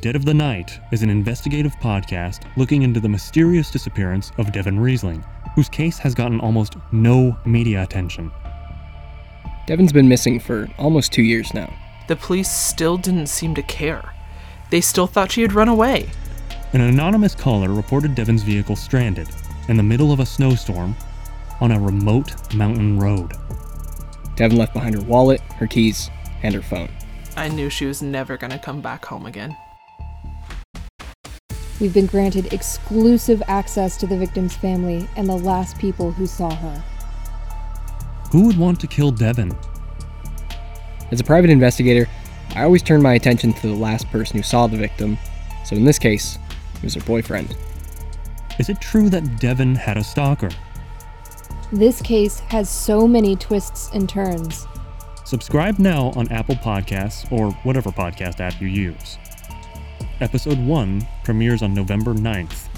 Dead of the Night is an investigative podcast looking into the mysterious disappearance of Devin Riesling, whose case has gotten almost no media attention. Devin's been missing for almost two years now. The police still didn't seem to care. They still thought she had run away. An anonymous caller reported Devin's vehicle stranded in the middle of a snowstorm on a remote mountain road. Devin left behind her wallet, her keys, and her phone. I knew she was never going to come back home again. We've been granted exclusive access to the victim's family and the last people who saw her. Who would want to kill Devin? As a private investigator, I always turn my attention to the last person who saw the victim, so in this case, it was her boyfriend. Is it true that Devin had a stalker? This case has so many twists and turns. Subscribe now on Apple Podcasts or whatever podcast app you use. Episode 1 premieres on November 9th.